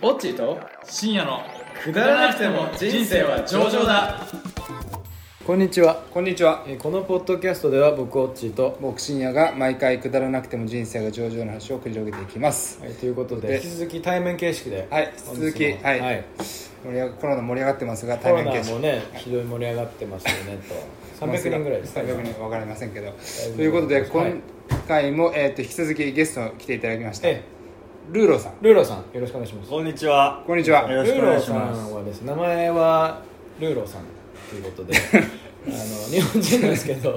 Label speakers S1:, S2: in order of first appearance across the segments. S1: オッチーと
S2: 深夜の
S1: く
S2: く
S1: だらなくても人生は上々だこんにちは
S3: こんにちは
S1: えーこのポッドキャストでは僕オッチーと、
S3: 僕深夜が毎回くだらなくても人生が上々の話を繰り広げていきます
S1: はい、ということで
S3: で
S1: 引き続き対面形式では
S3: はい引き続きはい、
S1: はい、
S3: 盛り上がコロナ盛り上がってますが
S1: コ
S3: 対
S1: ロ
S3: 面
S1: ナ
S3: 形式
S1: もねひどい盛り上がってますよねと300人ぐらいですか
S3: 300人分かりませんけど
S1: いぶ
S3: ということで
S1: ですはい
S3: 今回も、えー、と引き続きゲスト来ていただきました
S1: え
S3: ルーローさん
S1: ルーローさんよろしくお願いします
S4: こんにちは。
S3: こんにちは
S4: よろしくお願いし
S1: ルー
S4: ま
S1: ロー
S4: す
S1: さんはですね名前はルーローさんという ことであの日本人なんですけど、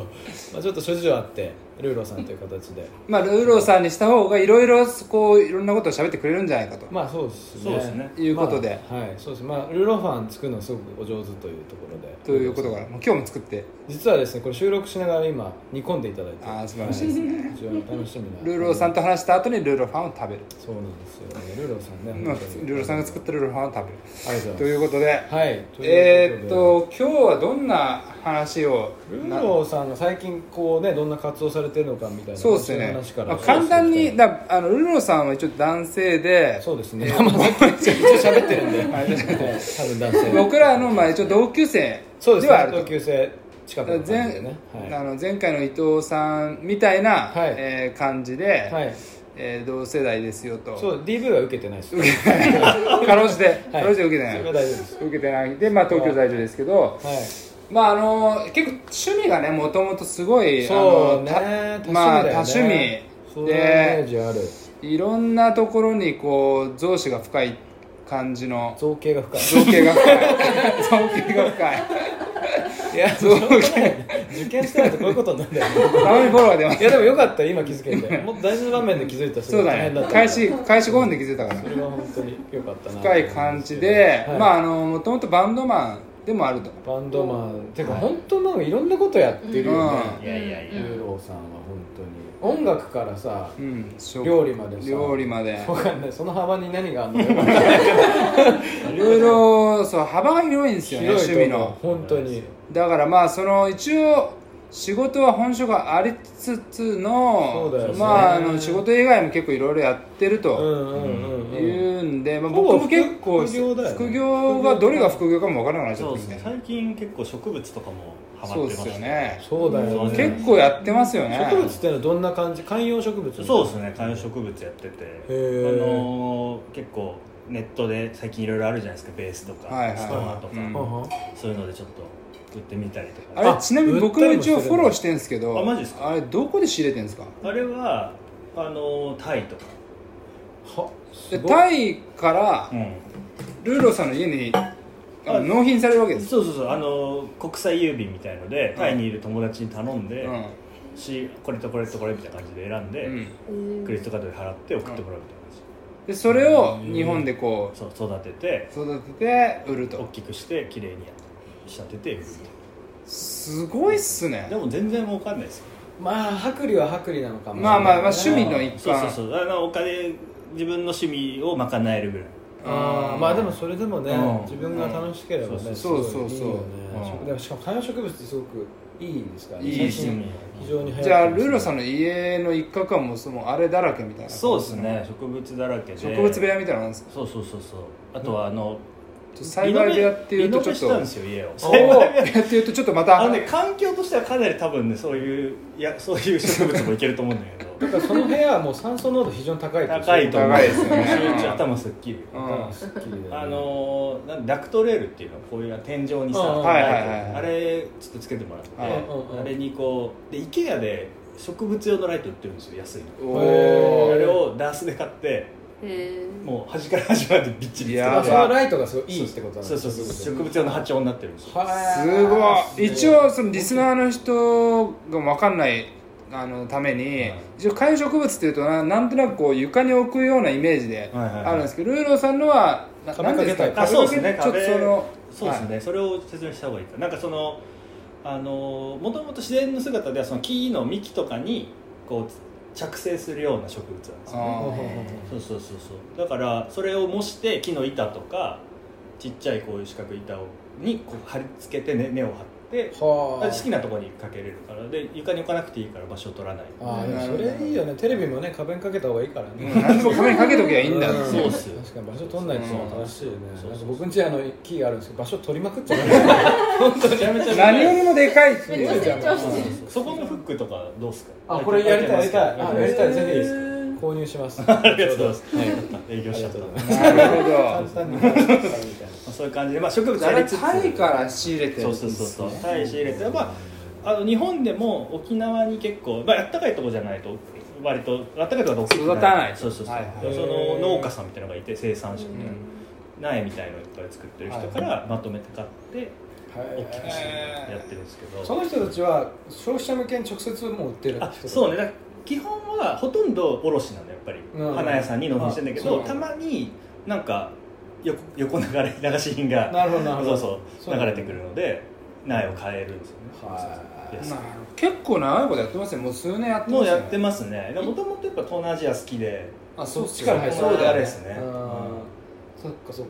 S1: まあ、ちょっと諸事情あってルーローさんという形で
S3: まあルーローさんにした方がいろいろこういろんなことを喋ってくれるんじゃないかと、
S1: まあそうですね
S4: そうですね
S3: いうことで
S1: まあはいそうですまあルーローファン作るのすごくお上手というところで
S3: ということからもう今日も作って
S1: 実はですねこれ収録しながら今煮込んでいただいて
S3: あー素晴らしいです
S1: ね非常に楽しみな
S3: ルーローさん
S1: と
S3: と話した後にルーローファンを食べる、
S1: そうなんですよねルーローさんね
S3: まあ
S1: 本当に
S3: ルーローさんが作ったルーローファンを食べる
S1: ありがとうご
S3: と
S1: ざい
S3: いうことで
S1: ますはいという
S3: えー、っ
S1: こと
S3: 今日はどんな話を
S1: とでル
S3: な
S1: ーローさんが最近こうねどんな活動されてるのかみたいな
S3: そうですね
S1: 話か、
S3: ま
S1: ら
S3: あ、簡単
S1: そうですね
S3: にだあのルーローさんは一応男性で
S1: そうですねまあ さっきめちゃくちゃ喋ってるんで はい多分男性
S3: 僕らのまあ一応同級生
S1: そうで
S3: ですはあ
S1: ね
S3: ると
S1: 同級生近くの感じ
S3: 前
S1: でね
S3: あ
S1: は
S3: の前回の伊藤さんみたいな、
S1: はい
S3: えー感じ
S1: い
S3: で、
S1: はい
S3: えー同世代ですよと
S1: そう DV は受けてないです
S3: かろうじて
S1: は
S3: か
S1: い
S3: ろうじて受けてない、
S1: それは大丈夫です
S3: 受けてないで、まあ、東京在住ですけど、
S1: はい
S3: まああの結構趣味がねもともとすごい
S1: そう
S3: あ
S1: ね
S3: の
S1: 多趣味
S3: たまあ
S1: だ
S3: 多
S1: よ
S3: 趣味
S1: ねそういうイメージある
S3: いろんなところにこう造詞が深い感じの
S1: 造形が深い
S3: 造形が深い造形が深い
S1: い や
S3: 造
S1: 受験してないとこういうことになるんだよね
S3: たまにフォローが出ます
S1: いやでもよかったよ今気づけ てもっと大事な場面で気づいたらす
S3: そ
S1: ごい
S3: うだ
S1: 大変だっ
S3: ね
S1: た
S3: 開始開始5分で気づいたから
S1: それは本当によかったな
S3: 深い感じで、
S1: はい
S3: まああのもともとバンドマンでもあると
S1: バンドマンてか本当なんかいろんなことやってるよ
S3: うん
S4: い
S1: ね
S4: やいや
S1: ユ
S4: いや。
S1: ーローさんは本当に音楽からさ
S3: うんしょ
S1: 料理までさ
S3: 料理まで
S1: わかんないその幅に何があんの か
S3: いろいろそう幅が広いんですよね
S1: 広
S3: 趣
S1: い
S3: 味
S1: と思う
S3: の
S1: 本当に
S3: だからまあその一応仕事は本職がありつつの
S1: そうだよね
S3: まああの仕事以外も結構いろいろやってる
S1: うん
S3: と、
S1: うんうんうん
S3: 言うんで、まあ、
S1: ほぼ
S3: 僕も結構
S1: 副業だよね
S3: 副業がどれが副業かも分からなくなっちゃ
S4: そ
S3: っ
S4: う
S3: てき
S4: です
S3: て
S4: ね。最近結構植物とかもハ
S3: そ
S4: マ
S3: う
S4: っ
S3: で
S4: てますす
S3: よ。ね
S1: そうだよね
S3: 結構やってますよね
S1: 植物ってのはどんな感じ観葉植物
S4: そうですね。観葉植物やってて、あ
S1: ー
S4: のー結構ネットで最近いろいろあるじゃないですか。ベースとか、
S3: はいはい
S4: ストアとか、
S3: うん
S1: はは
S4: そういうのでちょっと売ってみたりとか。
S3: あ
S4: あれ
S3: れ
S1: あ
S3: ちなみに僕も一応フォローしてるんですけど
S4: あマジですか
S3: あれどこで仕入れてるんですか
S4: はあのータイとか。
S1: はす
S3: で
S1: ごい
S3: タイから
S4: うん。
S3: ルーローさんの家にあの納品されるわけです、
S4: そうそうそう。あのー国際郵便みたいので、タイにいる友達に頼んで、
S3: うん
S4: しこれとこれとこれみたいな感じで選んで、
S3: うん、
S4: クレジットカードで払って送ってもらうみたいな感じ。
S3: でそれを日本でこ
S4: そう育てて
S3: う育てて売る
S4: 大
S3: と
S4: きくして綺麗に仕立てて売るみ
S3: すごいっす
S4: た
S3: ね
S4: いなでも全然儲かんないですよ
S1: まあ薄利は薄利なのかも
S3: まあまあまあ趣味の
S1: 一
S3: 一環
S4: そうそうそうあのお金自分の趣味を賄えるぐらい
S1: あーまあでもそれでもね、
S4: うん
S1: 自分が楽しければね、
S4: うん
S1: すごい
S3: そうそうそ
S1: い
S3: う
S1: いよね
S3: う、ん
S1: でもしかも観葉植物ってすごくいいですからね
S3: いい
S1: 最
S3: です
S1: 近
S3: ね
S1: 非常に流行ってますね
S3: じゃあルーローさんの家の一角はもうそのあれだらけみたいな
S4: そうですね植物だらけで
S3: 植物部屋みたいなのあるんですか
S4: そうそうそうそうあとはあの
S3: ちょっと栽培部屋っていうとちょ
S4: リノベ
S3: っ
S4: したんですよ家を
S3: とおーっていうとちょっとまた
S4: あのね環境としてはかなり多分ねそういういやそういう植物もいけると思うんだけど
S1: だからその部屋はもう酸素濃度非常に高いってう
S4: 高いと思う
S3: 高いですよね
S4: 集中頭すっきり
S3: う
S1: だ
S3: ん
S1: からすっきりだよね
S4: あのーなんダクトレールっていうのこういう天井にさ、
S1: うん
S3: はいはいはい
S4: あれちょっとつけてもらって、
S3: はい
S1: うんうん
S4: あれにこうで IKEA で植物用のライト売ってるんですよ安いの
S1: へ
S3: お
S4: あ
S1: ー
S3: ー
S4: れをダースで買って
S5: へ
S4: もう端から端までび
S3: い
S4: っちりつけて
S3: や
S1: あ
S3: ー
S1: そのライトがすごいい
S4: そ
S1: いうってことなん
S4: そう
S1: だ
S4: そうそう植物用の波長になってるんですよ
S3: すごい一応そのリス
S1: ー
S3: ナーの人が分かんないあのために、
S4: はい
S3: 一応観葉植物っていうとななんとなくこう床に置くようなイメージで
S4: はいはいはい
S3: あるんですけど、ルーローさんのはな
S1: 壁掛けタイプ
S3: なんていんですか
S4: あそう
S3: 壁掛
S4: ですね
S3: けちょっとそ
S4: そう
S3: の
S4: です
S3: は
S4: ね、
S3: い
S4: それを説明した方がいいかなんかそのあのもともと自然の姿ではその木の幹とかにこう着生するような植物なんですよね
S3: あー
S4: そうそうそうそうだからそれを模して木の板とかちっちゃいこういう四角い板をにこう貼り付けて、ね、根を張って
S1: はあ
S4: 好きなところにかけれるからで床に置かなくていいから場所を取らない
S1: ああでもそれいいよねテレビもね壁にかけた方がいいからね、
S3: うん何でも壁にかけときゃいいんだ
S1: う
S4: そうっすよ
S1: 確かに場所取んないっていうのは正しいよね
S4: そうそうそう
S1: なんか僕んちあの木があるんですけど場所取りまくってない 本当に
S4: めちゃめちゃ
S3: 何よりもでかいって
S2: めっち
S3: い
S2: ゃ
S3: う
S2: 成長
S4: そうそ
S2: し
S4: う
S2: てる
S4: そうそこのフックとかどうですか
S1: あこれやりたいやりたいあやりたいぜひいいです
S2: へー
S1: 購入します
S4: ありがとうございます、
S1: はい
S4: 営業しちゃった
S1: ありがとうござい簡
S3: なるほ
S1: 単
S3: ど
S1: に買ったみたいな
S4: まあそういう感じで、まあ、植物
S3: あ
S4: や
S3: れ
S4: りつつ
S3: タイから仕入れてるん
S4: そう
S3: です
S4: そ
S3: ね
S4: うそうそうタイ仕入れてまああの日本でも沖縄に結構、まあ、あったかいとこじゃないと割とあったかいとこだと大きく
S3: 育たない
S4: そうそうそう、
S3: はいはい
S4: その農家さんみたいなのがいて生産者
S3: う
S4: みたいな、
S3: ん
S4: 苗みたいのをいっぱい作ってる人からまとめて買って大きくしてやってるんですけど、
S1: その人たちは消費者向けに直接もう売ってる
S4: あそ
S1: ね
S4: うねだから基本はほとんど卸なんだよやっぱり、
S1: うん
S4: 花屋さんに納品してんだけ
S1: あそう
S4: ど
S1: なんだ
S4: たまになんか横横流れ流し品が
S1: なるほどなるほ
S4: そう
S1: ど
S4: そう
S1: なんだ
S4: 流れてくるので苗を買えるんですよね
S1: はい
S4: 安
S3: なる
S4: く
S3: ほど結構長いことやってますねもう数年やってます
S4: も
S3: よ
S4: う
S3: ね
S4: やってますねもともとやっぱ東南アジア好きで
S3: あ
S1: そっ
S3: そっ
S1: ち
S3: ち
S1: か
S3: からら
S1: 入
S3: 入
S1: っ
S3: って
S1: くる
S3: て
S4: そうだあれですね
S1: うん
S4: うん
S1: そっかそっ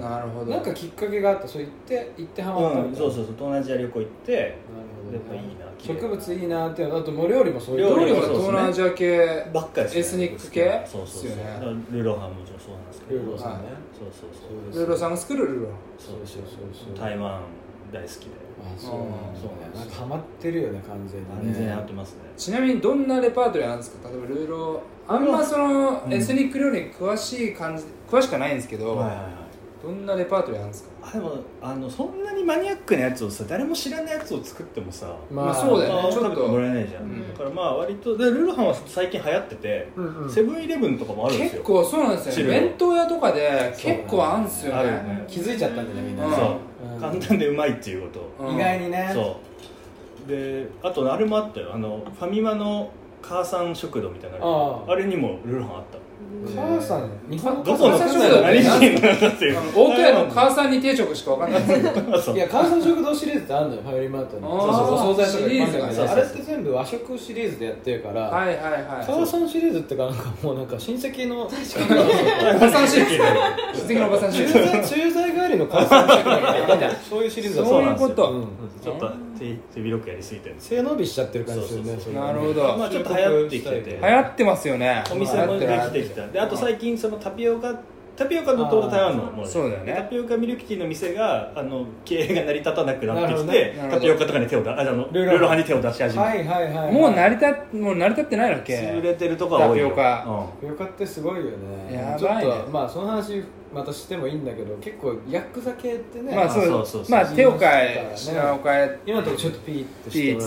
S1: か
S3: なるほど
S1: なんかきっかけがあったそう言って行ってはまったみたいな
S4: うんそうそうそう東南アジア旅行行って
S1: なるほどね
S4: やっぱいいな綺麗
S1: 植物いいなっていうのとあともう料理もそういう
S4: 料
S3: ど
S4: 理
S3: れ
S4: も
S3: が
S4: そう
S3: 東南アジア系
S4: ばっかりですね
S3: エスニック系
S4: そうそうそ
S3: で
S4: う
S3: すよね
S4: だからルーローハンもちろんそうなんですけ
S1: ル
S4: ど
S1: ーローさんね
S4: そうそうそう
S1: そう
S3: ルーロさ
S1: ん
S3: んが作るルーロ
S1: そうそうそうそう
S4: 台湾大好きで
S1: あそうなんだ
S4: そうなんです
S1: なんかハマってるよね完全にね
S4: 完全に合ってますね
S3: ちなみにどんなレパートリーなんですか例えばルーロあんまその
S4: うん
S3: エスニック料理に詳しい感じ詳しくはないんですけど、
S4: はいはいはい
S3: どんなレパートリーなんですか
S4: あでもあのそんなにマニアックなやつをさ誰も知らないやつを作ってもさ、
S1: まあ
S3: まあそうだよね
S4: まあ
S3: ちょっと
S4: 食べてもらえないじゃん、
S3: うん
S4: だからまあ割とでルーローハンは最近流行ってて、
S1: うんうん
S4: セブンイレブンとかもあるんです
S3: 結
S4: よ
S3: 構そうなんですよ
S4: 汁
S3: ね弁当屋とかで結構あんすよ
S4: あるよ
S3: ね
S4: ね
S1: 気づいちゃったんだよねみんな
S3: うん
S4: そううん簡単でうまいっていうこと、
S3: うん
S1: 意外にね
S4: そうであとあれもあったよあのファミマの母さん食堂みたいなの
S1: ああ
S4: あれにもルーローハンあった
S1: 母さん日本
S4: どこ
S1: 母
S4: の母
S1: さん
S4: さ
S1: 食
S4: ん
S1: 堂
S4: が
S1: だ
S4: 何
S1: ね
S4: 人なんだっていう
S3: 大戸屋の母さんに定食しかわかんないんですけど
S4: そう
S1: いや関西食堂シリーズってあるのよファミリーマートに
S3: あ
S1: そう
S3: ー
S1: そうお惣菜とかいっぱいあるんだけ
S4: シリーズがね
S1: どあれって全部和食シリーズでやってるから、
S3: はいはいはい
S1: 母さんシリーズってかなんかもうなんか親戚の
S3: おばさんシリーズ親戚のおばさんシリ
S1: 駐
S3: ーズ
S1: 在駐在帰りの母さんシリーズそういうシリーズだ
S3: そういうこ
S1: う
S3: と
S1: ん
S4: ちょっと手手広くやりすぎてるんです
S1: 背伸びしちゃってる感じするね
S4: そう
S1: そ
S4: そう
S1: いう
S4: う
S1: の
S3: な
S1: ね
S3: るほど
S4: まあちょっと流行ってきてて
S3: 流行ってますよね
S4: お店もで
S3: 流行っ
S4: きて
S3: る
S4: きたであと最近そのタピオカタピオカのと台湾のもの
S3: そうだよね
S4: タピオカミルクティーの店があの経営が成り立たなくなって
S1: なる
S4: きて、
S3: ほどね
S4: タピオカとかに手を出ああの
S1: ルーロー
S4: ルーロー派に手を出し始め
S1: は
S4: て、
S1: いはいはい
S3: もう成り立っもう成り立ってないのっ
S4: 潰
S3: け
S4: れてるとこは多い
S3: タ
S4: よ
S3: ピオカ
S1: よかってすごいよね
S3: や
S1: ちょ
S3: ば
S1: っ
S3: いね
S1: とまあその話またしてもいいんだけど結構ヤクザ系ってね、
S3: まあそ
S4: そ
S3: うう
S4: そうそう
S3: まあ手を変え品を変え
S1: 今のところちょっとピーって
S3: ピ
S1: して
S3: ー
S1: もら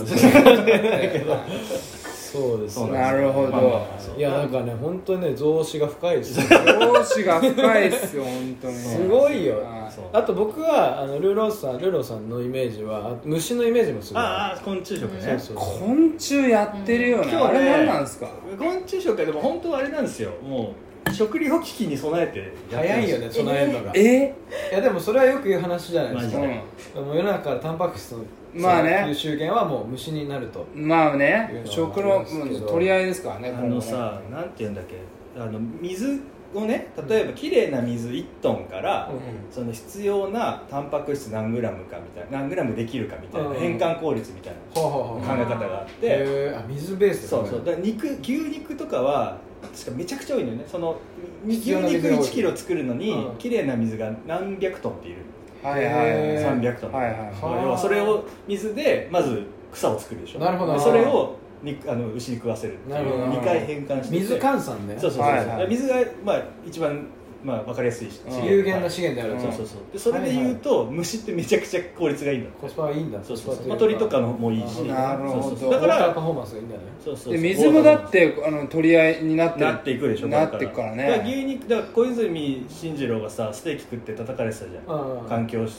S1: っ
S3: ッつ
S1: て
S3: って
S1: そうです
S4: そ
S1: ね
S4: うん
S3: なるほ
S4: まあまあ
S3: ど
S4: まあそう
S1: いやなんかね本当にね増資が深いですよ
S3: 容姿が深いっすよ本当に
S1: すごいよ
S3: は
S4: そう
S1: あと僕はあのルーローさんルーローさんのイメージはあ虫のイメージもすごい
S4: ああ昆虫食ね、
S1: そうそうそう
S3: 昆虫やってるよね
S4: 今
S3: あ
S4: 日ね
S3: れ何なんですか
S4: 昆虫食はでも本当はあれなんですよもう食料危機に備えてやってま
S1: 早
S4: す
S1: いよね備えるのが、
S3: え
S1: いやでもそれはよく言う話じゃないで
S4: マ
S1: す
S4: ジ
S1: か
S4: で、
S1: もう世の中からタンパク質の
S3: まあね
S1: 吸収源はもう虫になると
S3: まあ
S1: いうの
S3: ね
S1: は
S3: 食
S1: あり
S3: の
S1: ますけど
S3: うん取り合いですからね
S4: あのさ、なんて言うんだっけあの水をね例えば綺麗な水1トンから、
S1: うん
S4: その必要なタンパク質何グラムかみたいな何グラムできるかみたいな
S1: うん
S4: 変換効率みたいな
S1: ほうほうほう
S4: 考
S1: ほう
S4: え方があって
S1: へーあ水ベースで
S4: そうそうだから肉牛肉とかは確かめちゃくちゃ多いのよねそのに
S1: 必
S4: 牛
S1: 要な水
S4: 肉
S1: が多い
S4: 1キロ作るのに
S1: うん
S4: 綺麗な水が何百トンっている
S3: これねはいはい
S1: へー
S3: はい
S4: 300トン
S3: はいはい
S4: 要はそれを水でまず草を作るでしょ
S1: なるほど
S4: でそれを肉あの牛に食わせるっていう
S1: なるほど
S4: 2回変換してて
S1: 水換算ね
S4: そうそうそうそう、
S3: はいはい
S4: 水が、まあ、一番、まあ、分かりやすいし
S3: うん
S1: 有限な資源であると、
S4: そうそうそうでそれで言うと、虫ってめちゃくちゃ効率がいいんだ
S1: コスパはいいんだ
S4: そうそうそう、
S1: コ
S4: まあ、
S1: スパ
S4: 鳥とかのもいいし
S3: なるほど
S4: そうそうそう
S1: だ
S4: だ
S1: か
S4: からら
S1: パフォーマンスがいいんだよね
S4: そうそうそう
S3: で水もだってあの取り合いになってる
S4: なっていくでしょ
S3: なっていくからね
S4: だから牛肉だから小泉進次郎がさステーキ食って叩かれてたじゃん、
S1: うん
S4: 環境省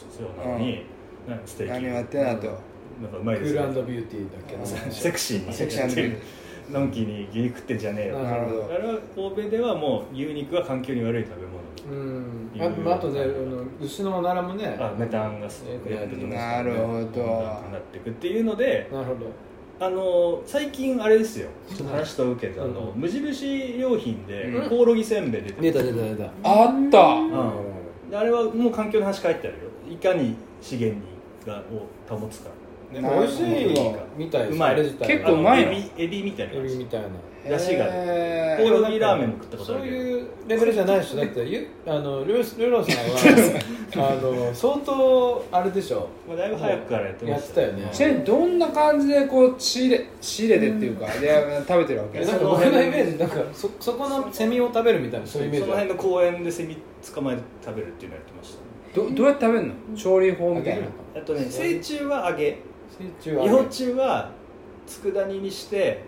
S4: なのに、なんかステーキ
S3: 何をやってんだと
S4: なんかうまい
S1: ク
S4: です
S1: ー
S4: よ
S1: ルビューティーだっけな
S3: うん
S4: セクシーに
S3: セクシーな
S4: のんきに牛肉食ってんじゃねえよ
S1: うん
S3: なるほ
S4: だ
S3: ど
S4: から欧米ではもう牛肉は環境に悪い食べ物
S1: うんあまああとねあの牛のおならもね
S4: あメタンがすごく出てきますか
S3: な
S4: らね
S3: るほど
S4: なっていくっていうので
S1: なるほど
S4: あの最近あれですよちょっと話と受けどあの
S1: うん
S4: 無印良品で
S1: うん
S4: コオロギせんべい出て
S1: 出
S4: る
S1: た出た出た
S3: あった
S4: うんであれはもう環境の話書いてあるよいかに資源にがを保つか
S1: でも美味しいみたいです
S4: うまいう
S1: あれ自体
S3: 結構うまいの
S4: エビエビみたいな
S1: エ
S4: 感
S1: ビ
S4: じ
S1: みたいな
S4: 出汁が
S3: へ
S4: コ
S3: ー
S4: ールビーラーメンも食ったことある
S1: そう
S4: けど
S1: いうレベルじゃないでしょだってゆ あのルールーロー さんはあの相当あれでしょ
S4: まあだいぶ早くからやってま
S1: やっ
S4: してた
S1: たよね
S3: ちなみにどんな感じでこう仕入れ仕入れてっていうかで食べてるわけ
S1: えなんか僕のイメージなんかそそこのセミを食べるみたいなそういうイメー
S4: そ
S1: ジ
S4: の
S1: あ
S4: 辺
S1: る
S4: の公園でセミ捕まえて食べるっていうのやってましたね
S3: どどうやって食べるの調理法みたいな
S4: あとね成虫は揚げ
S1: 成虫は
S4: 幼虫は佃煮にして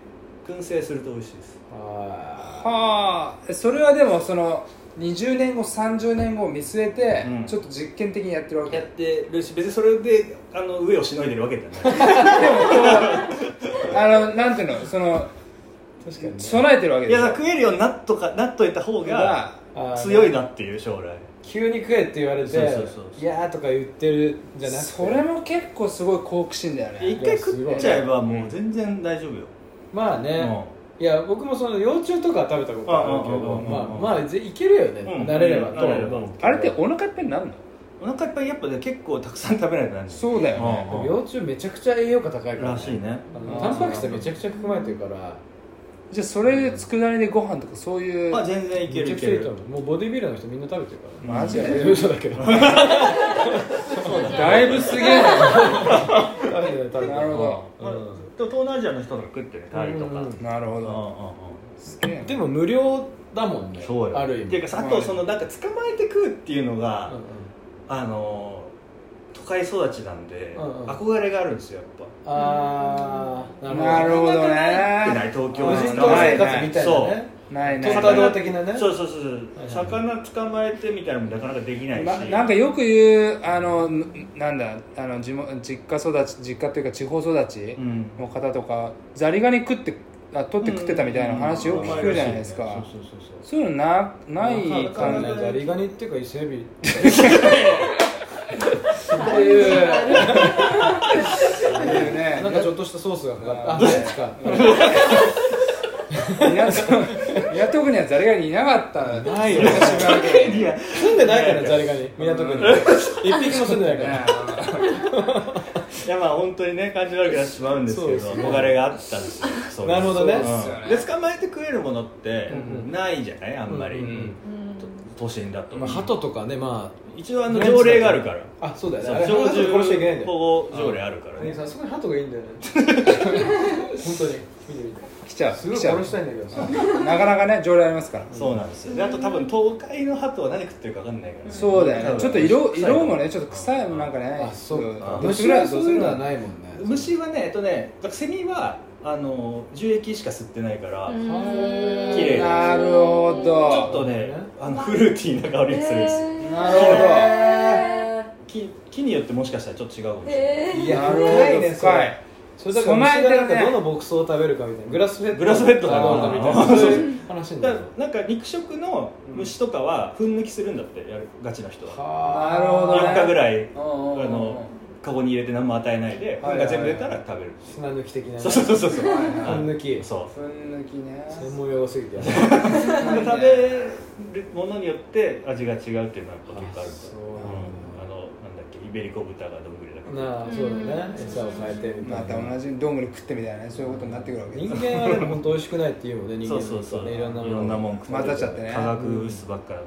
S4: 燻製すると美味しいです
S1: は
S3: はあそれはでもその20年後30年後を見据えて、
S4: うん
S3: ちょっと実験的にやってるわけ
S4: やってるし別にそれであの上をしのいでるわけじゃない
S3: あのなんていうのその
S1: い確かにね
S3: 備えてるわけ
S4: い
S3: でし
S4: や
S3: ょ
S4: だから食えるようになっとかなっといた方が
S1: あー
S4: 強いなっていう将来
S1: 急に食えって言われて
S4: そうそうそうそう
S1: いやーとか言ってるじゃなくて
S3: それも結構すごい好奇心だよね
S4: 一回食っちゃえばもう全然大丈夫よ、
S1: まあね、
S4: も
S1: いや僕もその幼虫とかは食べたことあるけど
S4: うんうんうんうん
S1: まあまあぜいけるよね、
S4: うん
S1: 慣れれば
S4: うん
S1: とは
S4: 慣れれば
S1: 思うけど
S3: あれってお腹いっぱいになるの
S4: うお腹いっぱいやっぱね結構たくさん食べないとなんです
S3: そうだよね
S1: でも幼虫めちゃくちゃ栄養価高いから、
S4: らしいね
S1: あのタンパク質めちゃくちゃ含まれてるから
S3: じゃあそれで佃煮でご飯とかそういう
S4: あ全然いけ
S1: めちゃ
S4: るい
S1: く
S4: け
S1: ちゃいいと
S4: る
S1: 思うもうボディビルの人みんな食べてるから
S3: マジ
S1: い
S3: で
S1: や嘘だけど 食べて
S3: だいぶすげえな
S1: ない食べてい
S3: なるほ
S4: まあ
S1: うん
S4: でも東南アジアの人が食ってるタイとか
S1: うんうん
S3: なるほ
S4: うんうん
S3: ど
S4: うん
S3: すげえな
S1: でも無料だもんね
S4: そうよ
S1: ある意
S4: っていう
S1: 味
S4: かさあとそのなんか捕まえて食うっていうの
S1: う
S4: が、
S1: んうん
S4: あの都会育ちなんで、
S1: うんうん
S4: 憧れがあるんですよやっ
S1: ああ
S3: なるほど
S4: ぱ
S3: ね
S4: ない東
S1: 無人
S4: 京
S1: 島
S4: で
S1: 生活
S4: 捕まえ
S1: みたいなね
S4: そう
S3: ない
S1: ト
S3: ない
S1: ー
S4: 魚
S1: タ道的なね
S4: そうそうそうそう、
S1: はい
S4: 魚捕まえてみたいなのもなかなかできないし、
S3: ななんかよく言うあのんなんだあの地元実家育ち実家というか地方育ち
S4: うん
S3: の方とかザリガニ食ってあ取って食ってたみたいな話よく聞くじゃないです
S4: うん
S3: か
S4: そうそうそうそう
S3: そういうのなない
S4: わか
S3: 感
S4: る
S3: じ
S4: わか
S1: ザリガニっていうか伊勢エ ビっていう
S3: ね
S1: なんかちょっとしたソースがかかってあそうですか
S3: 港港区には ザリガニいなかったんだね
S1: ないよね
S4: いや
S1: 住んでないからねザリガニ港区に一匹も住んでないから
S4: いやまあ本当にね感じ悪くなってしまうんですけど
S1: そうですね
S4: 憧れがあったんですよそういう
S1: なるほどね
S4: うん
S1: そう
S3: ですよね
S4: で捕まえて食えるものって
S1: うんうん
S4: ないじゃないあんまり、
S1: うんうん
S2: うん
S4: 都心だと、
S1: まあ鳩とかねま
S4: 一応あの条例があるから
S1: ああそうだよね
S4: そう
S1: あれ鳩
S4: 鳥
S1: 殺しちゃいけないんだ
S4: 獣
S1: よ
S4: 保護条例あるから
S1: 兄
S4: ね
S1: さんそこに鳩がいいんだ よね本当に見て見て
S3: 来ちゃう
S1: すごい
S3: 来ちゃう
S1: 殺したいんだけどさ
S3: なかなかね条例ありますから
S4: そうなんですよであと多分東海の鳩は何食ってるか分かんないからね
S3: そうだよ
S4: 多
S3: ね
S4: 分
S3: ちょっと色
S4: 臭いから
S3: 色もねちょっと臭いもなんかね
S1: あそうか
S3: どっち
S1: 虫
S3: ぐら
S1: はいそういうのはないもんね
S4: 虫はねえっとねだからセミはあの樹液しか吸ってないから、ち
S2: うん
S4: 綺麗
S3: なるほど
S4: ょっとねあのフルーティーな香りがするんですよ
S2: へー
S3: なるほど
S4: 木木によってもしかしたらちょっと違うかもしれない
S2: へー
S1: いや
S3: なるほど
S1: 深いねそれ
S3: 深い
S1: それだから虫がなん
S3: 備えて
S1: か
S3: るね
S1: どの牧草を食べるかみたいなグラスフェッド
S4: グラスフェッド
S1: か
S4: か
S1: ど
S4: ど
S1: う
S4: う
S1: か
S4: か
S1: み
S4: み
S1: た
S4: た
S1: いな
S4: い
S1: そ
S4: な
S1: ういう話にな
S4: だ
S1: る
S4: か
S1: の
S4: らなんか肉食の虫とかは粉抜きするんだってやるガチの人は
S1: は
S3: なるほどね
S4: 4日ぐらい
S3: うんうんうんうん
S4: あのカゴに入れて何も与えないで
S3: は
S4: 粉
S3: いはいはい
S4: が全部出たら食べる
S1: あ砂抜き的なね
S4: そうそうそうそうそう
S3: はい
S1: 砂抜き
S4: そう
S3: ふん抜きね
S1: 専門用語すぎてやばい
S4: で食べるものによって味が違うっていうのはやっぱ結構あるから
S1: あそうなんだ
S4: うんあのなんだっけイベリコ豚がどんぐりだから
S1: なあそうだね餌を変えてみた
S3: ま
S1: い
S3: た
S1: な
S3: 同じどんぐり食ってみたいなねそういうことになってくるわけ
S1: 人
S3: です
S1: 間はでも本当美味しくないって言うもんね人
S4: そ
S1: 間
S4: うそうそう
S1: ね
S4: い
S1: いろんなもの
S4: なもん食って
S3: 混ざっちゃってね
S4: 化学物質ばっかだか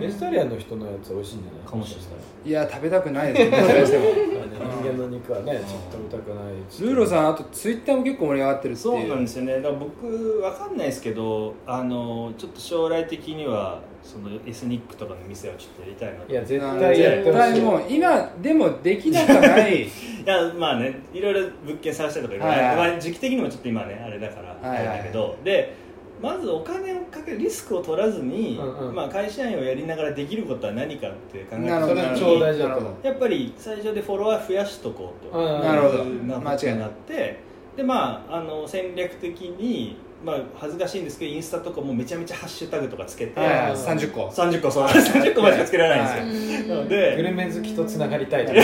S1: ベジタリアンの人のやつ美味しいんじゃない
S4: らかもしれない
S3: いや食べたくないですねどうしても
S1: 人間の肉はねちょっと見たくない
S3: ルーロさんあとツイッターも結構盛り上がってるっていう
S4: そうなんですよねだから僕わかんないですけどあのちょっと将来的にはそのエスニックとかの店をちょっとやりたいなと
S1: いや絶
S3: うん
S1: 対やって
S3: 絶
S1: ほし
S3: 対
S1: い
S3: もう今でもできなくはない
S4: いやまあねいろいろ物件探したりとか、
S3: はいはい
S4: まあ、時期的にもちょっと今ねあれだから
S3: はいはい
S4: あれだけどでまずお金をかけるリスクを取らずに、
S1: うんうん
S4: まあ、会社員をやりながらできることは何かって考え
S3: なるほ
S1: そ
S3: ど
S1: れ
S3: な
S1: は
S3: る
S1: 超
S3: ほど
S1: 大事だと思う
S4: やっぱり最初でフォロワー増やしとこうと
S1: うん
S3: なるほど
S4: いうなことになってでまああの戦略的に、まあ、恥ずかしいんですけどインスタとかもめちゃめちゃハッシュタグとかつけて、
S3: はいはい
S1: うん
S3: 30個
S4: 30個そう 30個までしかつけられないんですよ、
S2: うん
S4: なの
S1: グル
S4: で
S1: メ好きとつながりたいとか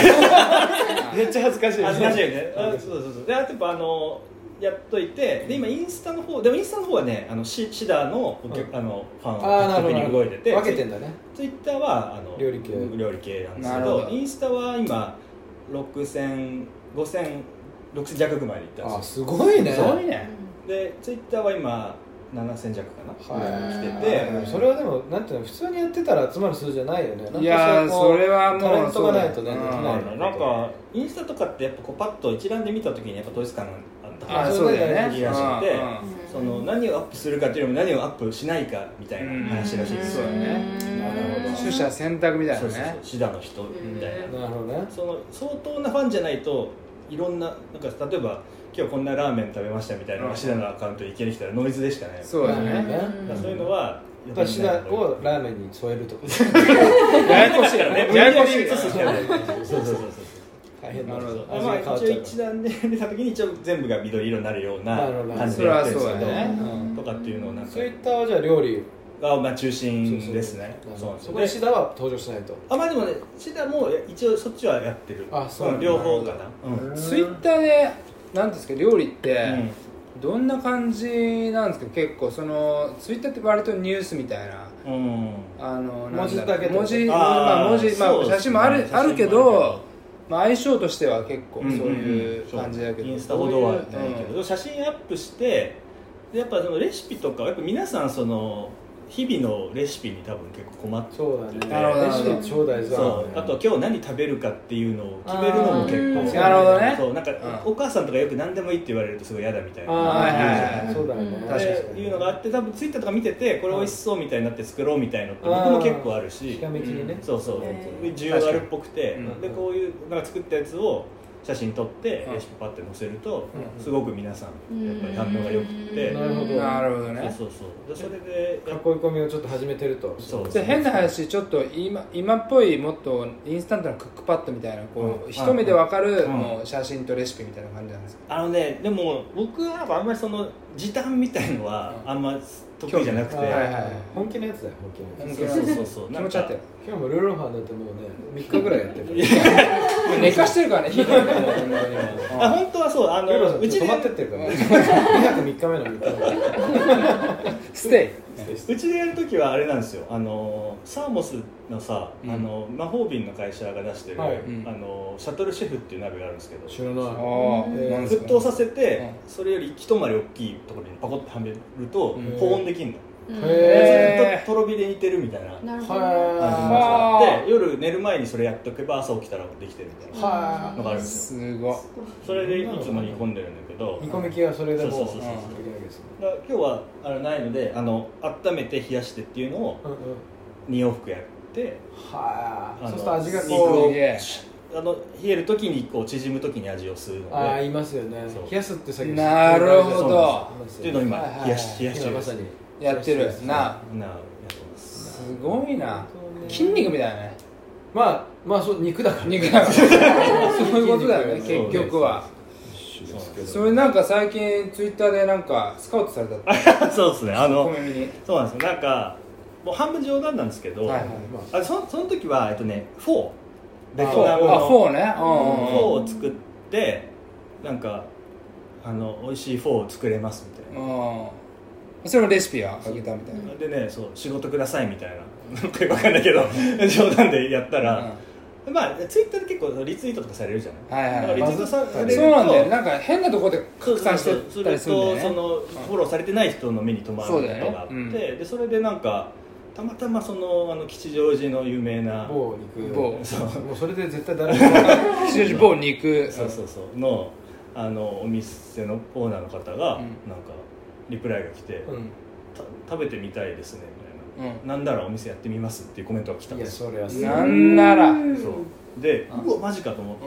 S1: めっちゃ恥ずかしい
S4: 恥ずかしいよねあそうそうそうであとやっぱあのやっといてで今インスタの方でもインスタの方はねあのシシダーのお客、
S1: うん
S4: あのファン
S1: ああな
S4: を
S1: る
S4: 特に
S1: ほど
S4: 動いてて
S1: 分けてんだね
S4: ツイッターはあの
S1: 料理系
S4: 料理系なんですけ
S3: なる
S4: ど
S3: ほど
S4: インスタは今60005000 6000弱ぐらいまで行ったん
S1: あ
S4: です
S1: すごいね
S4: よすごいねでツイッターは今7000弱かな
S1: はい
S4: 来て
S1: で
S4: て
S1: それはでもなんていうの普通にやってたら集まる数じゃないよねなんか
S3: いやー
S1: こう
S3: それはもう
S1: タレントがないと
S3: そうだ
S1: ね
S3: よ
S1: でき
S3: う
S1: ないよね
S4: なんかインスタとかってやっぱこうパッと一覧で見た時にやっぱ統一感があったから
S3: あ
S1: ー
S3: そうだよ
S4: そう
S3: ね
S4: いうのがいらっしゃって
S3: うんうん
S4: その何をアップするかっていうよりも何をアップしないかみたいな話らしいです
S3: そうだね
S1: なるほど
S3: 取捨選択みたい
S4: そ
S3: な
S4: うそうそう
S3: ね
S4: シダの人みたいな
S1: なるほどね
S4: その相当なファンじゃないといろんななんか例えば今日こんなラーメン食べましたみたいなの
S3: うん
S4: がシダのアカウントいける人はノイズでしかない
S3: そうだね
S4: だからそういうのは
S1: だからシダをラーメンに添えると か
S3: ややこしい
S4: ね
S3: ややこしい
S4: 無理やり移すしかないそうそうそうそう
S1: 大変な
S3: なるほ
S1: の
S3: ど
S4: まあ一応一段で見た時に一応全部が緑色になるような
S1: なるほど
S4: 感じでやってるんで
S3: そ
S4: す
S3: れ
S4: け
S3: は
S4: ど
S3: そうだね
S1: うん
S4: とかっていうのをなんか
S1: ツイッターはじゃあ料理
S4: がまあ中心ですね
S1: そ
S4: そうう
S1: な
S4: なんん
S1: でよそ
S4: ですすよ
S1: こでシダは登場しないと
S4: あまあでもねシダも一応そっちはやってる
S1: あそうなんだ
S4: 両方かなうん
S3: ツイッターでなんですか料理って
S4: うん
S3: どんな感じなんですか結構そのツイッターって割とニュースみたいな
S4: うん
S3: あの
S1: 文字
S3: なんろう
S1: だけってこと
S3: 文字
S4: あー
S3: まあ文字ま
S4: そう
S3: あ
S4: ですね
S3: 写真もある
S4: 写真も
S3: あ
S4: ある
S3: るけ
S4: け
S3: ど
S4: ど
S3: まあ相性としては結構そうん
S4: んん
S3: いう感じだけど
S4: インスタほどは
S3: どう
S4: ないいうけ
S3: うん
S4: ど、写真アップしてでやっぱそのレシピとかはやっぱ皆さんその日々のレシピに多分結構困って
S1: そうだね
S3: なるほど
S1: レシピ超大事だも
S4: そ
S1: んね
S4: うあと今日何食べるかっていうのを決めるのも結構
S3: なるほどね
S4: そうなんか、
S3: うん
S4: お母さんとかよく何でもいいって言われるとすごい嫌だみたい
S1: ああ
S4: な
S3: は
S1: はいい
S3: は
S1: はいい
S3: は
S1: はいいそうだよね
S3: うん
S4: っ
S3: 確
S4: て
S1: かに
S4: いうのがあって多分ツイッターとか見ててこれ美味しそうみたいになって作ろうみたいなのって僕も結構あるし
S1: ひらめきにね
S4: そうそう
S2: へー
S4: 需要あるっぽく
S3: 確
S4: て、
S3: かに
S4: で
S1: うん
S4: こういうなんか作ったやつを写真撮って
S3: うん
S4: レシピパッて載せると
S1: うん
S4: すごく皆さんやっぱり反応が良くて
S1: なるほど
S3: なるほどね
S4: そうそうそうでそれで
S1: 囲い込みをちょっと始めてると
S4: そう
S3: じゃあ変な話ちょっと今今っぽいもっとインスタントのクックパッドみたいなこう、
S4: うん
S3: 一目でわかる、
S4: うん
S3: もう写真とレシピみたいな感じなんですか、
S4: あのねでも僕はあんまりその時短みたいのは
S3: うん
S4: あんま得意じゃなくて
S1: はいはいはい
S3: うん
S1: 本気のやつだよ本気のや
S3: 本
S1: つ
S3: 気の
S4: そうそうそう
S3: 気持ちあってる
S1: 今日もルーローハンだってもうね3日ぐらいやってる
S3: もう寝かしてるからね火が本 当に
S4: あ本当はそうあ
S1: ルーロー
S4: の
S1: さん
S4: う
S1: う
S4: ち
S1: ち
S4: で
S1: 泊まってってるから2泊3日目の3日
S3: ステ
S4: うちでやる時はあれなんですよあのサーモスのさ、
S3: うん
S4: あの魔法瓶の会社が出してる、
S1: はい
S3: うん
S4: あのシャトルシェフっていう鍋があるんですけど
S1: 目知らない
S3: イああ、
S2: えー
S3: なんです
S4: 沸
S3: か
S4: 騰させて、
S3: う
S4: それより一回り大きいところにパコッとはめると
S1: うん
S4: 保温できるの、
S1: へ
S4: ずっととろ火で煮てるみたいな感じ
S2: なるほど
S1: は
S3: あ
S4: の
S3: ー
S4: で夜寝る前にそれやっとけば朝起きたらできてるみたい
S1: い
S4: な
S1: は
S4: のがあるんですよ
S3: すごい
S4: それでいつも煮込んでるんだけど
S1: い煮込み機はそれでも
S4: そうそうそう
S3: そう
S1: うんできるわけですね
S4: だから今日はあれないのであの温めて冷やしてっていうのを
S1: うんうん
S4: 2往復やって
S1: は
S4: あ
S1: あそう
S4: の
S1: すると味が
S4: 肉を
S1: こ
S3: すげえ
S4: あの冷える時にこう縮む時に味を吸うの
S1: うああ
S4: で
S1: いますよね
S4: そう
S1: 冷やすって先
S3: なるほど
S4: っていうのを今
S3: はいはいはい
S4: 冷やし冷やし
S1: 今
S4: 中
S1: ま
S4: で
S1: さ
S4: す
S1: に
S3: やってるな
S4: なやってます
S3: すごいな筋肉みたいな ね
S1: まあまあそう肉だから
S3: 肉だからそういうことだよね
S1: 筋
S3: 結
S1: 肉
S3: 局は
S4: そうなんです
S3: それなんか最近ツイッターでなんかスカウトされたって
S4: そうですねあ
S3: 小
S4: の
S3: 耳に
S4: そうなんですよなんかもう半分冗談なんですけど、
S3: はいはい
S1: まあ
S4: あそその時はえっとねフォーベ
S1: あ
S4: トナムの
S3: あフォーねう
S4: フ
S3: ん
S4: ォー
S3: うんうん
S4: を作ってなんかあの美味しいフォーを作れますみたいな、
S3: うんそれもレシピはあげたみたいな
S4: でねそう仕事くださいみたいななんかよくわかんないけど冗談でやったら、まあツイッターで結構リツイートとかされるじゃない、
S3: はいはい
S4: だからリツイートさ
S1: バ
S4: れ
S1: ズ
S4: る
S1: っ
S4: と
S3: そうなんだよなんか変なとこで拡散してったりするんだよね
S4: そうそうそのフォローされてない人の目に留まること
S3: そうだよね
S4: があって、
S3: うん
S4: でそれでなんかたまたまそのあの吉祥寺の有名な
S1: 某肉
S3: 某
S4: そう
S1: もうそれで絶対誰も買わない
S3: 吉祥寺某肉
S4: そうそうそうのあのお店のオーナーの方が、
S3: うん
S4: なんかリプライが来て、
S1: うん
S4: た食べてみたいですねみたいな、
S3: うん
S4: なんならお店やってみますっていうコメントが来た
S1: い
S4: んで
S1: や
S4: す
S1: そ
S4: よ
S1: れはすごい
S3: なんなら
S4: そうで
S3: あ
S4: うわマジかと思って、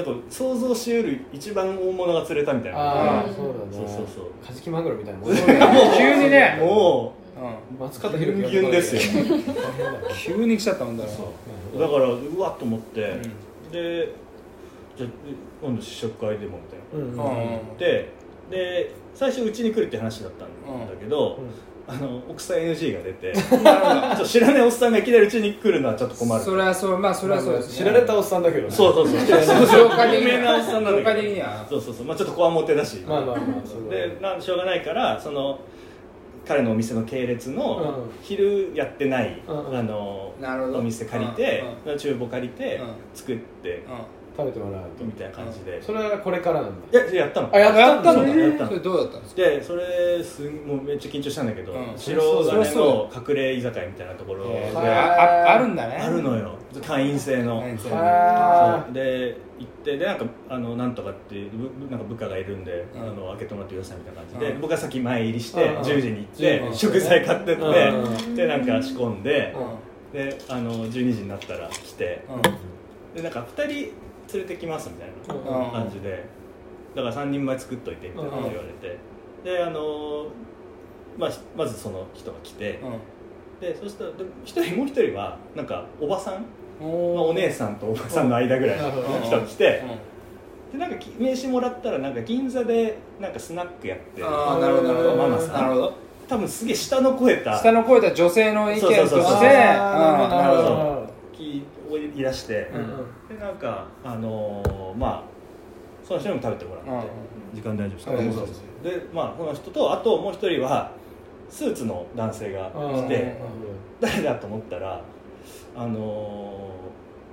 S4: だから想像しうる一番大物が釣れたみたいな
S1: ああそうだね
S4: そうそうそう
S1: カジキマグロみたいなもん
S3: 急にね
S4: も
S3: う
S1: 松方弘樹
S4: ギ ュンギュンですよ
S1: 大変だ
S3: ん急に来ちゃったもんだ
S4: う
S3: ろ
S4: そうだからうわっと思って、でじゃあ今度試食会でもみたいな
S1: うんうん
S3: うんうん
S4: でで最初うちに来るって話だったんだけど、あの奥さん NG が出てち ょ
S3: なるほど
S4: っと知らないおっさんがいきなりうちに来るのはちょっと困る
S3: それはそうまあそれはそうです
S1: 知られたおっさんだけどね
S4: そう そうそう
S3: そうそう
S4: 有名なおっさんなんだけど
S3: 業界的には
S4: そうそうそうまあちょっとこわもてだし、
S1: まあまあまあそうだね
S4: でなんしょうがないからその彼のお店の系列の
S1: うん
S4: 昼やってない、
S1: うんうん
S4: あの
S3: なるほど
S4: お店借りて
S3: うん、
S4: 厨房借りて、
S3: うん
S4: 作って
S3: うん
S1: 食べてもらうと
S4: みたいな感じで、
S1: それはこれからなんだ
S4: いややったの
S1: あやったの
S4: そうやっ
S3: そ
S4: たの
S3: れどうだったんですか
S4: でそれすんもうめっちゃ緊張したんだけど、
S3: うん
S1: そ
S4: 白
S1: りゃ
S4: 金
S1: そうだ
S4: の隠れ居酒屋みたいなとこ
S1: へ
S4: ろで
S1: ー
S3: あ
S1: はい
S3: ああるんだね
S4: あるのよ会員制の
S3: 何それ
S1: あ
S4: そうで行ってでなんかあのなんとかっていうぶぶなんか部下がいるんで、
S3: うん
S4: あの開けてもらってくださいみたいな感じで、
S3: うん
S4: 僕がさっき前入りして、
S1: うん
S4: 10時に行
S1: う
S4: っ
S1: ん
S4: て食材買ってって、
S1: う
S4: でなんか仕込んで、
S3: うん
S4: であの12時になったら来て
S3: うん
S4: でなんか2人連れてきますみたいな
S3: うん
S4: 感じで、だから3人前作っといてみたいなこと言われて、であのまあ、ひまずその人が来て、でそしたらでも一人もう一人はなんかおばさん、
S3: うん
S4: まあ、お姉さんとおばさんの間ぐらいの人が来て、でなんかき名刺もらったらなんか銀座でなんかスナックやって
S3: ああなるほどなるほど
S4: ママさん
S3: なるほど
S4: 多分すげえ下の声た
S3: 下の声では女性の意見として
S4: そうそうそう
S3: うん
S1: なるほど
S4: な
S1: な
S4: る
S1: るほ
S4: きをいらして、
S1: ど
S3: うん
S4: でなんかあのーまあその人にも食べてもらって、
S3: うんうん
S4: 時間大丈夫ですか、
S1: うん
S4: そうそうそうでまあその人とあともう一人はスーツの男性が来て、
S3: うん
S4: 誰だと思ったらあの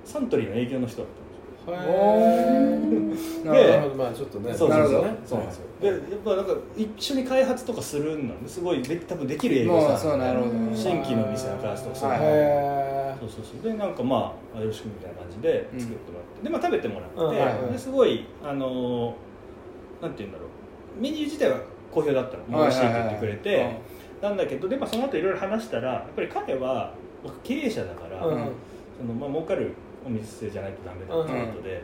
S4: ーサントリーの営業の人だったんですよ
S1: うん
S3: う
S1: へー
S3: んなるほど
S1: なるほどまあちょっとね
S4: そう
S3: な
S4: そ
S3: る
S4: う
S3: ほど
S4: そうそうなんですよでやっぱなんか一緒に開発とかするんなんですごいで多分できる営業
S3: も
S4: さ
S3: うんそうなるほど
S1: うん
S4: 新規の店の開発とかするん
S3: はい
S4: で、
S1: へ
S4: そうそうそうでなんかまああよろしくみたいな感じで
S3: うん
S4: 作ってもらって、でまあ食べてもらって、
S1: うんはいはい
S4: ですごいあのーなんて言うんだろうメニュー自体は好評だったの美味しいって言ってくれて、
S3: はいはいはい
S4: なんだけどでもその後いろいろ話したらやっぱり彼は僕経営者だから、
S1: ーうん
S4: そのまあ儲かるお店じゃないとダメだっていうことで、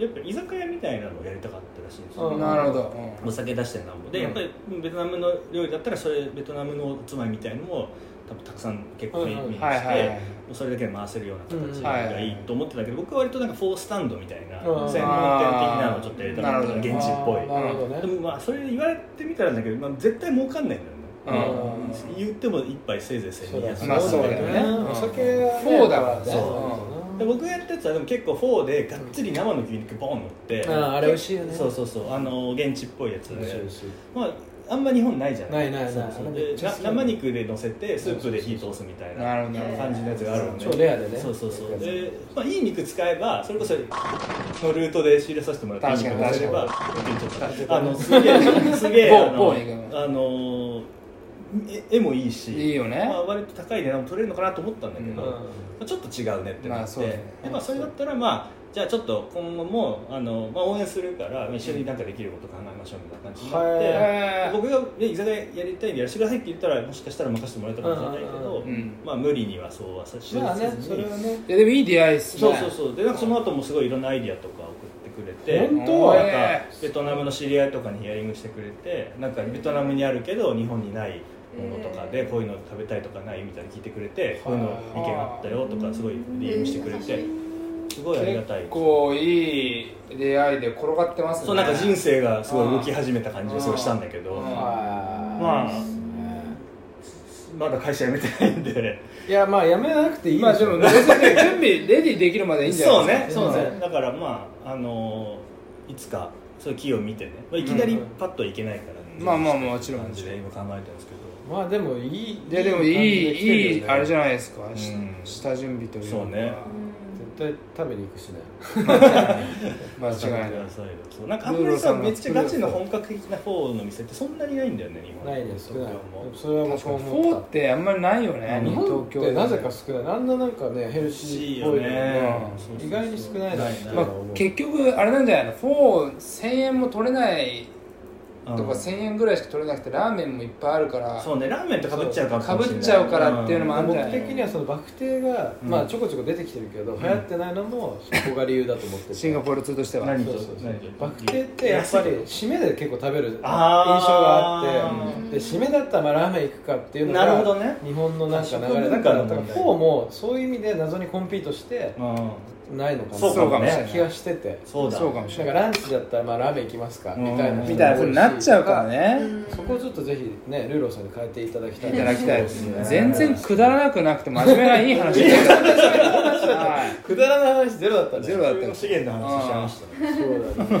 S4: あのやっぱり居酒屋みたいなのをやりたかったらしいんですよ、
S1: う
S3: うんんなるほど
S4: お酒出してるなんぼで、
S1: うん
S4: やっぱりベトナムの料理だったらそれベトナムのおつまみみたいのも多分たくさん結構メニュー
S1: うん
S4: に
S1: う
S4: し
S1: ん
S4: て、
S3: はいはいはい
S4: もうそれだけで回せるような形
S3: うんは
S4: が
S3: い
S4: いいと思ってたけど、僕は割となんかフォースタンドみたいな、
S1: うん
S4: 専門店的なのをちょっとやりたかった
S3: あー
S4: 現地っぽ
S1: あーなるほど
S4: い
S1: ね
S4: でもまあそれ言われてみたらだけど、まあ、絶対儲かんないんだよね、
S3: うん
S4: 言っても一杯せいぜい1200
S1: そうだ
S4: 円
S3: まあそうだよねうん
S1: お酒はね
S3: フォーだからね
S1: そう
S3: う
S4: で僕がやったやつはでも結構フォーでがっつり生の牛肉ボーン乗って、
S1: あーあれ美味しいよね
S4: そうそうそうあの現地っぽいやつで、
S1: 美味しい美味しい
S4: まああんま日本ないじゃん
S1: ないないない
S4: そうそう
S1: あれめ
S4: で
S1: っちゃ
S4: な
S1: 好き
S4: 生肉で乗せてスープで火通すみたい
S3: な
S4: な
S3: るほどなるほど
S4: 感じのやつがあるんで
S1: 超レアでね
S4: そうそうそうで、まあ、いい肉使えばそれこそのルートで仕入れさせてもらっていい
S3: 確
S4: 肉
S3: かに
S4: せれば
S3: 確
S4: あのすげえすげえ
S3: 某
S4: あの
S3: 某肉
S4: あの絵絵もいいし
S3: いいよね
S4: まあ、割と高い値段も取れるのかなと思ったんだけ
S3: う
S4: ど、まあ、ちょっと違うねって
S3: ま
S4: な
S3: あ
S4: って、
S3: そうだね
S4: でまあ、それだったらまあじゃあちょっと今後もあの、まあ、応援するから一緒になんかできること考えましょうみたいな感じになって、
S1: はい
S3: へー
S4: 僕がね居酒屋やりたいんでやらせてくださいって言ったらもしかしたら任せてもらえたかもしれないけど、
S1: うん
S3: うん
S4: まあ無理にはそうはさし
S1: まあね
S4: せ
S1: そ
S4: ず
S1: れ
S4: に
S1: はね
S3: いやでもいい出会いですね
S4: そうそうそうでなんかその後もすごいいろんなアイディアとか送ってくれて
S1: 本
S3: 当
S4: なん
S3: へ
S4: かベトナムの知り合いとかにヒアリングしてくれてなんかベトナムにあるけど日本にないものとかでこういうの食べたいとかないみたいに聞いてくれてこういうの意見あったよとかすごい DM してくれてすごいありがたい
S3: 結構いい出会いで転がってますね
S4: そうなんか人生がすごい動き始めた感じがすごいしたんだけど
S3: うん
S1: ま
S4: まあまだ会社辞めてないんで
S1: いやまあやめなくていい
S3: まあでも別にね準備レディできるまでいいんじゃ
S4: そう
S3: ない
S4: ね
S3: ですか
S4: そうね
S1: ん
S4: だからまああのーいつかそういう企業を見てね、まあ、いきなりパッとはいけないからね、
S3: うんまあまあまあもちろん
S4: 感じで今考えてるんですけど
S1: まあでもいい
S3: ででもいい
S1: 感じで来てるよね
S3: いいあれじゃないですか、し
S4: うん
S3: 下準備というか
S4: そうね
S1: 絶対食べに行くしね
S3: 間違いない
S4: そうなんかあん
S3: ルー
S4: まりさ
S3: ローさんの
S4: めっちゃガチの本格的な方の店ってそんなにないんだよね日本
S1: ないね少ない
S4: 東京も
S1: それはもう
S3: 確
S1: そ
S3: か
S1: う
S3: にフ
S1: 思
S3: ォー
S1: っ
S3: ってあんまりないよね
S1: た
S4: うん
S1: 日
S3: 東
S1: 本っ
S3: 京
S1: てなぜか少ないあんななんかねヘルシ
S4: し
S1: ー
S4: い
S1: っ
S4: よ
S1: ぽいの
S4: ね
S3: うん
S4: そうそうそう
S1: 意外に少ないなって
S4: な
S1: いう
S4: い
S1: の
S3: ま
S1: は
S3: あ
S4: な
S1: 思う、
S3: 結局あれなんじゃないのフォー1000円も取れない
S4: うん
S3: とか1000円ぐらいしか取れなくてラーメンもいっぱいあるから
S4: そうねラーメンとかぶっちゃうかもしれない
S3: そう被っちゃうからっていうのもあるんじゃない
S1: 僕的にはそのバクテが、
S4: うん
S1: まあちょこちょこ出てきてるけど、
S4: ん
S1: 流行ってないのもそこが理由だと思ってて
S3: シンガポール通としては
S4: 何
S1: そうそうそう
S4: 何
S1: バクテってやっぱり締めで結構食べる印象
S4: あー
S1: があっ
S2: うん
S1: てで締めだったらまあラーメン行くかっていうのが
S4: なるほどね
S1: 日本のなんか流れ
S4: 食文化
S1: だから
S4: の
S1: フォ
S4: 問題
S1: ーもそういう意味で謎にコンピートして
S4: うん
S1: ないのかな
S4: そうかもね
S1: 気がしてて
S4: そうだ
S3: そうかもし
S1: な
S3: れ
S1: んか
S3: ない
S1: ランチだったらまあラーメン行きますか
S4: うん
S1: みたいな
S3: みたいなふうになっちゃうからね、
S1: そこをちょっとぜひねルーローさんに変えていただきたい
S3: いただきたいですね全然
S1: く
S3: くだらなくなくて真面目ないい話だよはい
S1: くだらない話ゼ ロだったね
S3: ゼロだっ
S4: 地球の資源の話しちゃいましたね
S1: そ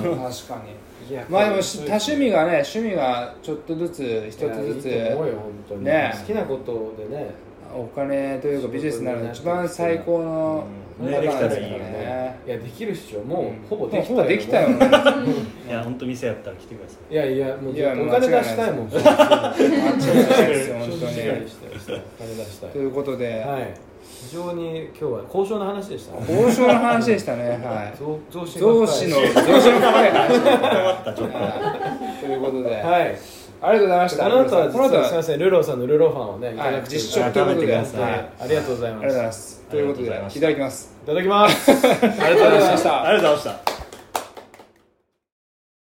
S1: うだね
S3: 確かに
S1: いや
S3: まあでもし多趣味がね趣味がちょっとずつ一つず
S1: いやいいと思うよ
S3: つ
S1: 本当に
S3: ね
S1: 好きなことでね
S3: お金というかビジネスになるのが一番最高の
S4: うん
S3: パターン
S4: ねできたらいいよ
S1: ねいやできるっしょもうほぼできた
S3: ほぼできたよね
S4: いや本当店やったら来てください
S1: いやいやもう
S3: いや
S1: お金出したいもん正直
S3: 間違いないですよ本
S1: 正
S3: 当
S1: 直で
S3: に
S1: したよお金出したい
S3: ということで、
S1: はい非常に今日は交渉の話でしたね
S3: 交渉の話でしたねはい
S1: 増増資
S3: 増資の増資の深い 話
S4: ちょっと
S3: はいということで、
S1: はい
S3: ありがとうございました
S1: あなたは実
S3: この後
S1: は
S3: は
S1: すみませんルローさんのルローファンをねいただくという
S3: 実
S4: は
S3: 食ということで
S4: 改めてください
S1: はいありがとうござい
S3: あ
S1: ま
S3: りがとうござい
S1: す
S3: ますということで
S4: ありがとうございま
S3: い
S4: す
S3: ただきます
S1: いただきますありがとうございました
S4: ありがとうございました